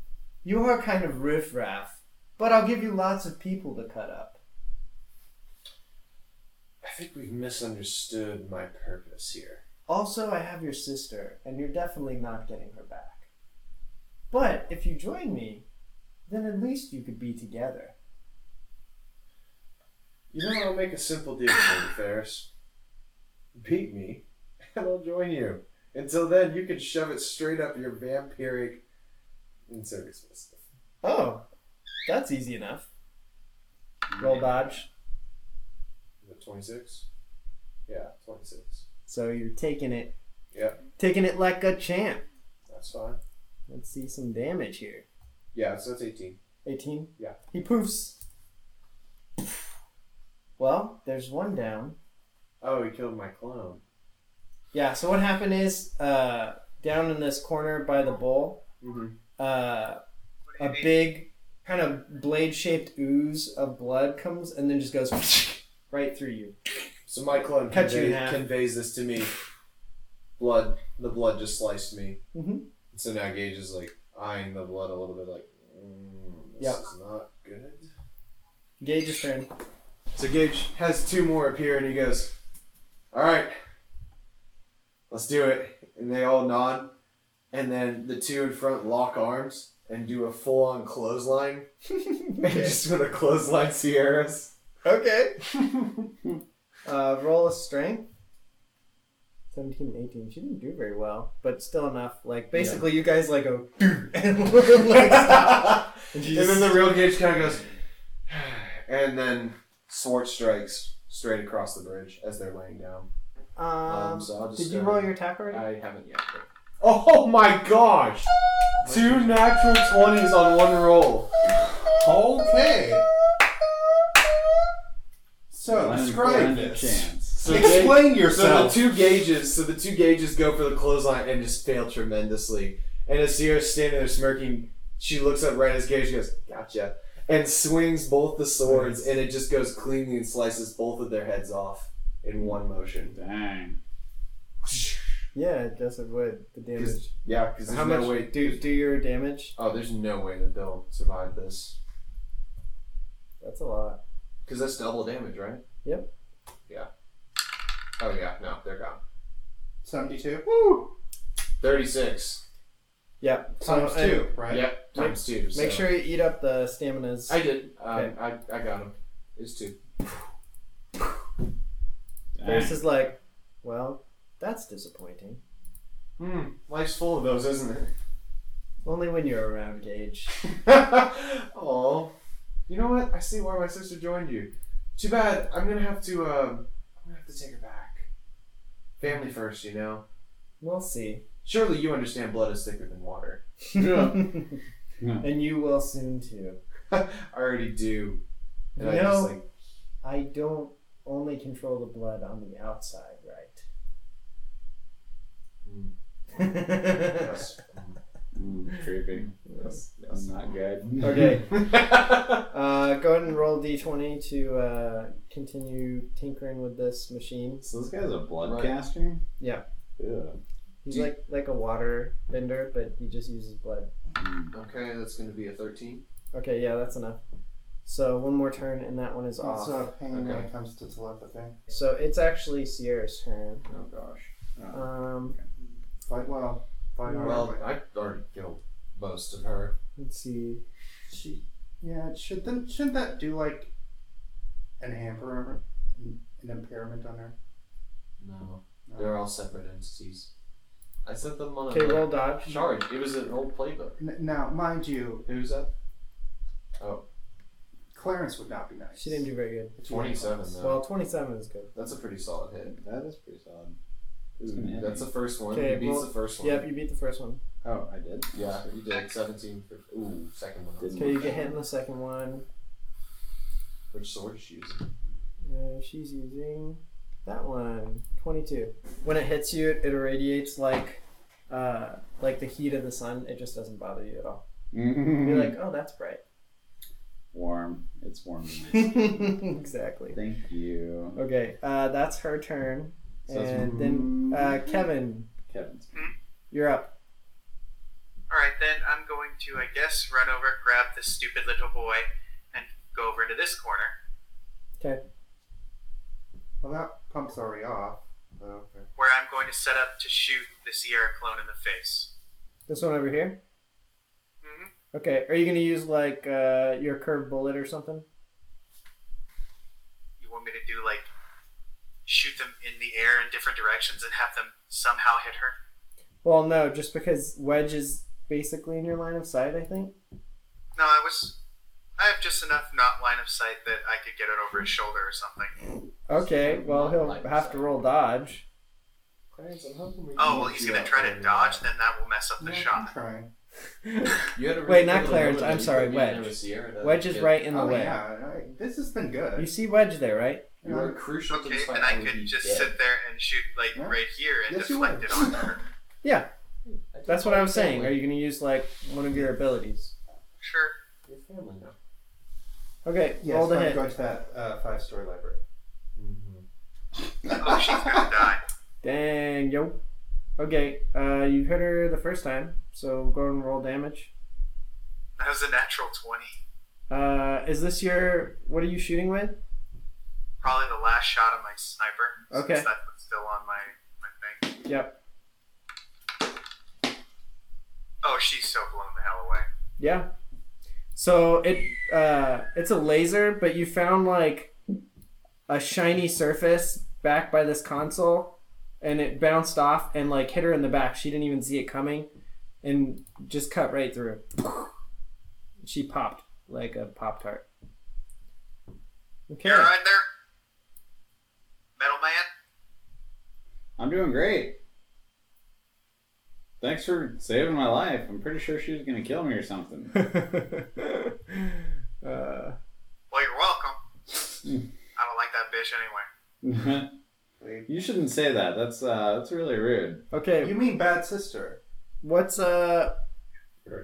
Speaker 2: you are kind of riffraff, but I'll give you lots of people to cut up.
Speaker 6: I think we've misunderstood my purpose here.
Speaker 2: Also, I have your sister, and you're definitely not getting her back. But if you join me, then at least you could be together.
Speaker 6: You know, I'll make a simple deal with you, Ferris. Beat me, and I'll join you. Until then, you can shove it straight up your vampiric. Insert explosive.
Speaker 2: Oh, that's easy enough. Roll dodge.
Speaker 6: Is it 26? Yeah, 26.
Speaker 2: So you're taking it,
Speaker 6: Yeah,
Speaker 2: taking it like a champ.
Speaker 6: that's fine.
Speaker 2: Let's see some damage here.
Speaker 6: Yeah, so that's 18.
Speaker 2: 18?
Speaker 6: Yeah.
Speaker 2: He poofs. Well, there's one down.
Speaker 6: Oh, he killed my clone.
Speaker 2: Yeah, so what happened is, uh, down in this corner by the bowl,
Speaker 6: Mm-hmm.
Speaker 2: uh,
Speaker 4: What do
Speaker 2: a
Speaker 4: you need?
Speaker 2: big kind of blade shaped ooze of blood comes and then just goes right through you.
Speaker 6: So my clone
Speaker 4: Cut you in
Speaker 6: convey-
Speaker 4: half.
Speaker 6: conveys this to me. Blood. The blood just sliced me.
Speaker 4: Mhm.
Speaker 6: So now Gage is like eyeing the blood a little bit, like, mm, this
Speaker 4: Yep.
Speaker 6: is not good.
Speaker 4: Gage's turn.
Speaker 6: So Gage has two more appear, and he goes, "All right, let's do it." And they all nod, and then the two in front lock arms and do a full-on clothesline. They just want to clothesline Sierras.
Speaker 4: Okay. uh, roll a strength. 17 and 18. She didn't do very well, but still enough. Like, basically, you guys, like, go, and like, stop. And she
Speaker 6: And
Speaker 4: just-
Speaker 6: then the real Gage kind of goes, and then Swart strikes straight across the bridge as they're laying down.
Speaker 4: um,
Speaker 6: Um, so I'll just
Speaker 4: did you
Speaker 6: go
Speaker 4: roll
Speaker 6: ahead.
Speaker 4: your attack already?
Speaker 6: I haven't yet. Oh my gosh! Two natural 20s on one roll.
Speaker 5: Okay. So
Speaker 7: One in
Speaker 5: Oh, describe
Speaker 7: 400
Speaker 5: this.
Speaker 7: chance.
Speaker 6: So Gage-
Speaker 5: Explain
Speaker 6: So the
Speaker 5: yourself.
Speaker 6: two gauges, so the two gauges go for the clothesline and just fail tremendously. And as Sierra's standing there smirking, she looks up right as Gage goes, "Gotcha," and swings both the swords, and it just goes cleanly and slices both of their heads off in one motion.
Speaker 7: Dang.
Speaker 4: yeah, I guess it would. The
Speaker 6: 'Cause-
Speaker 4: damage.
Speaker 6: yeah, because there's
Speaker 4: How
Speaker 6: no
Speaker 4: much?
Speaker 6: way.
Speaker 4: do, do your damage?
Speaker 6: Oh, there's no way that they'll survive this
Speaker 4: That's a lot.
Speaker 6: because that's double damage, right?
Speaker 4: Yep.
Speaker 6: Yeah. Oh yeah, no, they're gone.
Speaker 5: Seventy-two
Speaker 6: Thirty-six.
Speaker 4: Yep.
Speaker 5: times
Speaker 4: and
Speaker 5: two, right?
Speaker 6: Yep. Times two.
Speaker 4: Make
Speaker 6: so-
Speaker 4: sure you eat up the staminas.
Speaker 6: I did. Um,
Speaker 4: Okay.
Speaker 6: I I got him. It's two.
Speaker 4: This
Speaker 7: Dang.
Speaker 4: is like, well, that's disappointing.
Speaker 6: Hmm, life's full of those, isn't it?
Speaker 4: Only when you're around Gage.
Speaker 6: Oh, you know what? I see why my sister joined you. Too bad. I'm gonna have to. Um, I'm gonna have to take her back. Family first, you know.
Speaker 4: We'll see.
Speaker 6: Surely you understand blood is thicker than water.
Speaker 7: Hmm,
Speaker 4: and
Speaker 7: Yeah.
Speaker 4: you will soon too.
Speaker 6: I already do. And I
Speaker 4: No.
Speaker 6: just like
Speaker 4: I don't only control the blood on the outside,
Speaker 6: Mm.
Speaker 4: right?
Speaker 6: yes,
Speaker 7: Mm, creepy.
Speaker 6: yes,
Speaker 7: That's
Speaker 6: yes.
Speaker 7: not good.
Speaker 4: okay. Uh, go ahead and roll d20 to uh, continue tinkering with this machine.
Speaker 7: So this guy's a blood
Speaker 6: Right.
Speaker 7: caster?
Speaker 4: Yeah.
Speaker 7: Ew.
Speaker 4: He's
Speaker 6: Do you-
Speaker 4: like like a water bender, but he just uses blood.
Speaker 7: Hmm.
Speaker 6: okay, that's gonna be a thirteen.
Speaker 4: Okay, yeah, that's enough. So one more turn, and that one is off.
Speaker 5: Oh, So hanging when
Speaker 6: Okay.
Speaker 5: it comes to telepathy.
Speaker 4: So it's actually Sierra's turn.
Speaker 6: Oh gosh.
Speaker 4: Um,
Speaker 5: Fight well. Fight hard.
Speaker 6: Well, I already killed most of her.
Speaker 4: let's see.
Speaker 5: She, yeah, should then shouldn't that do like an hamper, an impairment on her?
Speaker 6: No, they're all separate entities. I set them on
Speaker 4: Okay,
Speaker 6: a
Speaker 4: roll dodge.
Speaker 6: charge. It was an old playbook.
Speaker 5: N- now, mind you,
Speaker 6: Who's that?
Speaker 5: Clarence would not be nice.
Speaker 4: She didn't do very good.
Speaker 5: It's
Speaker 6: Twenty-seven.
Speaker 5: ridiculous.
Speaker 6: Though.
Speaker 4: Well, 27 is good.
Speaker 6: That's a pretty solid hit.
Speaker 7: That is pretty solid.
Speaker 6: Ooh, That's the first one.
Speaker 4: Okay,
Speaker 6: he beats
Speaker 4: well,
Speaker 6: the first one.
Speaker 4: Yep, you beat the first one.
Speaker 7: Oh, I did?
Speaker 6: Yeah, he did. 17. fif- Ooh, second one.
Speaker 7: Didn't-
Speaker 4: Okay, you get hit in the second one.
Speaker 6: Which sword is she using?
Speaker 4: Uh, she's using that one. 22. When it hits you, it, it irradiates like uh, like the heat of the sun. It just doesn't bother you at all. You're like, oh, that's bright.
Speaker 7: Mm-hmm. warm. It's warm. in my-
Speaker 4: exactly.
Speaker 7: Thank you.
Speaker 4: Okay, uh, that's her turn.
Speaker 7: So it's-
Speaker 4: and then uh, Kevin,
Speaker 7: Kevin's.
Speaker 4: you're up.
Speaker 9: All right, then I'm going to, I guess, run over, grab this stupid little boy, and go over to this corner
Speaker 4: Okay.
Speaker 5: Well, that pump's already off. so- Okay.
Speaker 9: where I'm going to set up to shoot the Sierra clone in the face.
Speaker 4: This one over here?
Speaker 9: Mhm.
Speaker 4: Okay, are you going to use like uh, your curved bullet or something?
Speaker 9: You want me to do like shoot them in the air in different directions and have them somehow hit her?
Speaker 4: Well, no, just because Wedge is basically in your line of sight, I think.
Speaker 9: No, I was. I have just enough not line of sight that I could get it over his shoulder or something.
Speaker 4: Okay, well, he'll
Speaker 6: Line of
Speaker 4: have to
Speaker 6: sight.
Speaker 4: roll dodge.
Speaker 6: Clarence, I'm hoping we
Speaker 9: Oh well, he's gonna try to dodge. Then that will mess up the
Speaker 5: Yeah,
Speaker 9: shot.
Speaker 5: I'm trying.
Speaker 6: You had a
Speaker 4: Wait, not
Speaker 6: good
Speaker 4: Clarence,
Speaker 6: moment
Speaker 4: I'm
Speaker 6: that you
Speaker 4: sorry,
Speaker 6: put me
Speaker 4: Wedge.
Speaker 6: in with Sierra to
Speaker 4: Wedge is
Speaker 6: get-
Speaker 4: right in the
Speaker 5: oh
Speaker 4: way.
Speaker 5: yeah, I, this has been
Speaker 4: You
Speaker 5: good.
Speaker 4: see Wedge there, right?
Speaker 6: You were crucial to
Speaker 9: Okay,
Speaker 6: this fight.
Speaker 9: and I
Speaker 6: would
Speaker 9: could
Speaker 6: be
Speaker 9: just
Speaker 6: dead.
Speaker 9: sit there and shoot like
Speaker 5: Yeah.
Speaker 9: right here and
Speaker 5: Yes, you
Speaker 9: deflect
Speaker 5: would.
Speaker 9: it on her.
Speaker 4: Yeah,
Speaker 6: I did
Speaker 4: that's what I
Speaker 6: fight
Speaker 4: was saying. Are
Speaker 6: family.
Speaker 4: you going to use like one of your abilities?
Speaker 9: Sure.
Speaker 6: Your family now.
Speaker 4: Okay,
Speaker 5: Yes,
Speaker 4: roll the
Speaker 5: I'm
Speaker 4: hit.
Speaker 5: going to that uh, five-story library.
Speaker 6: Mm-hmm.
Speaker 9: Oh, she's gonna die.
Speaker 4: Dang, yo. Okay, uh, you hit her the first time, so go and roll damage.
Speaker 9: That was a natural 20.
Speaker 4: Uh, is this your. What are you shooting with?
Speaker 9: Probably the last shot of my sniper. since
Speaker 4: Okay.
Speaker 9: That was still on my, my thing.
Speaker 4: Yep.
Speaker 9: Oh, she's so blown the hell away.
Speaker 4: Yeah. So it uh, it's a laser, but you found like a shiny surface back by this console, and it bounced off and like hit her in the back. She didn't even see it coming, and just cut right through. She popped like a pop tart. Okay.
Speaker 9: You're right there. Metal man.
Speaker 7: I'm doing great. Thanks for saving my life. I'm pretty sure she was gonna kill me or something.
Speaker 4: uh,
Speaker 9: Well, you're welcome.
Speaker 4: Hmm.
Speaker 9: I don't like that bitch anyway.
Speaker 7: you shouldn't say that. That's uh, that's really rude.
Speaker 4: okay.
Speaker 5: You mean bad sister?
Speaker 4: What's uh?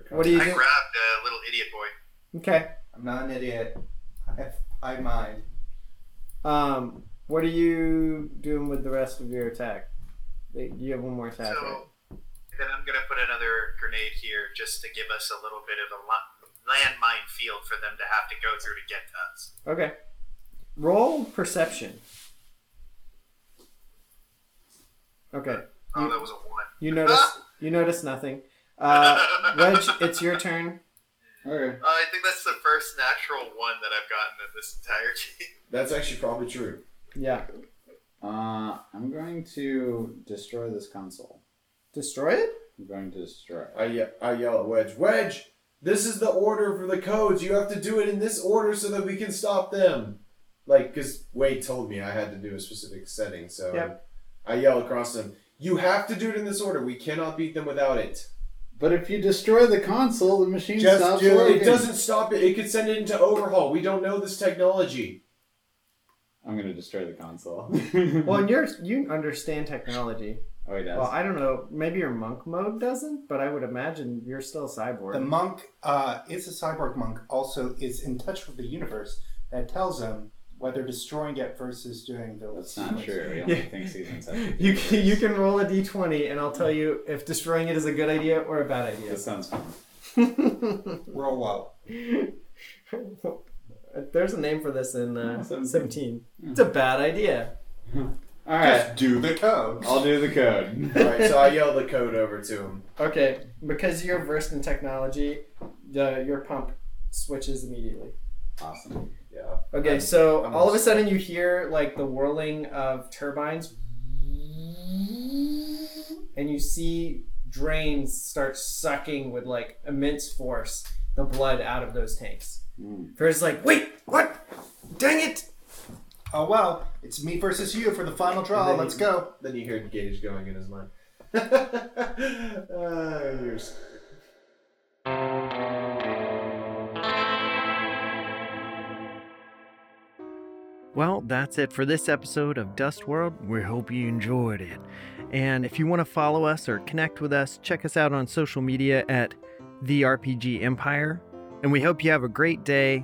Speaker 4: What are you
Speaker 9: I
Speaker 4: doing?
Speaker 9: grabbed a little idiot boy.
Speaker 4: Okay.
Speaker 5: I'm not an idiot. I have I mind.
Speaker 4: Um, what are you doing with the rest of your attack? You have one more attack. right?
Speaker 9: So then I'm gonna put another grenade here just to give us a little bit of a lo- landmine field for them to have to go through to get to us.
Speaker 4: Okay. Roll perception. Okay.
Speaker 9: Oh, that was a one.
Speaker 4: You notice you notice nothing. Uh, Wedge, it's your turn.
Speaker 7: Okay.
Speaker 9: Uh, I think that's the first natural one that I've gotten in this entire game.
Speaker 6: That's actually probably true.
Speaker 4: Yeah.
Speaker 7: Uh, I'm going to destroy this console.
Speaker 4: Destroy it?
Speaker 7: I'm going to destroy. it.
Speaker 6: I, ye- I yell at Wedge, Wedge, this is the order for the codes. You have to do it in this order so that we can stop them. Like, because Wade told me I had to do a specific setting, so
Speaker 4: Yep.
Speaker 6: I yell across him, you have to do it in this order. We cannot beat them without it.
Speaker 7: But if you destroy the console, the machine
Speaker 6: Just
Speaker 7: stops
Speaker 6: do it.
Speaker 7: working.
Speaker 6: It doesn't stop it. It could send it into overhaul. We don't know this technology.
Speaker 7: I'm gonna destroy the console.
Speaker 6: Mm-hmm.
Speaker 4: Well, and you're you understand technology.
Speaker 7: oh, he does.
Speaker 4: Well, I don't know. Maybe your monk mode doesn't, but I would imagine you're still a cyborg.
Speaker 5: The monk uh, is a cyborg monk. Also, is in touch with the universe that tells him whether destroying it versus doing the.
Speaker 7: That's not true. He only thinks he's in touch with the
Speaker 4: you can, you
Speaker 7: universe.
Speaker 4: can roll a d20, and I'll tell you if destroying it is a good idea or a bad idea.
Speaker 7: This sounds fun.
Speaker 5: Roll low.
Speaker 4: There's a name for this in uh,
Speaker 7: Seventeen.
Speaker 4: 17. It's a bad idea.
Speaker 7: All right,
Speaker 5: Do the code.
Speaker 7: I'll do the code.
Speaker 6: All right, so I yell the code over to him.
Speaker 4: Okay, because you're versed in technology, the, your pump switches immediately.
Speaker 7: Awesome.
Speaker 6: Yeah.
Speaker 4: Okay,
Speaker 6: I'm-
Speaker 4: so
Speaker 6: I'm
Speaker 4: all of a
Speaker 6: also-
Speaker 4: sudden you hear like the whirling of turbines, and you see drains start sucking with like immense force the blood out of those tanks. Vera's like, wait, what? Dang it!
Speaker 5: Oh well, it's me versus you for the final draw.
Speaker 6: And then
Speaker 5: Let's
Speaker 6: you-
Speaker 5: go.
Speaker 6: Then you hear Gage going in his mind. Ah, you're s-
Speaker 1: Well, that's it for this episode of Dust World. We hope you enjoyed it. And if you want to follow us or connect with us, check us out on social media at The RPG Empire. And we hope you have a great day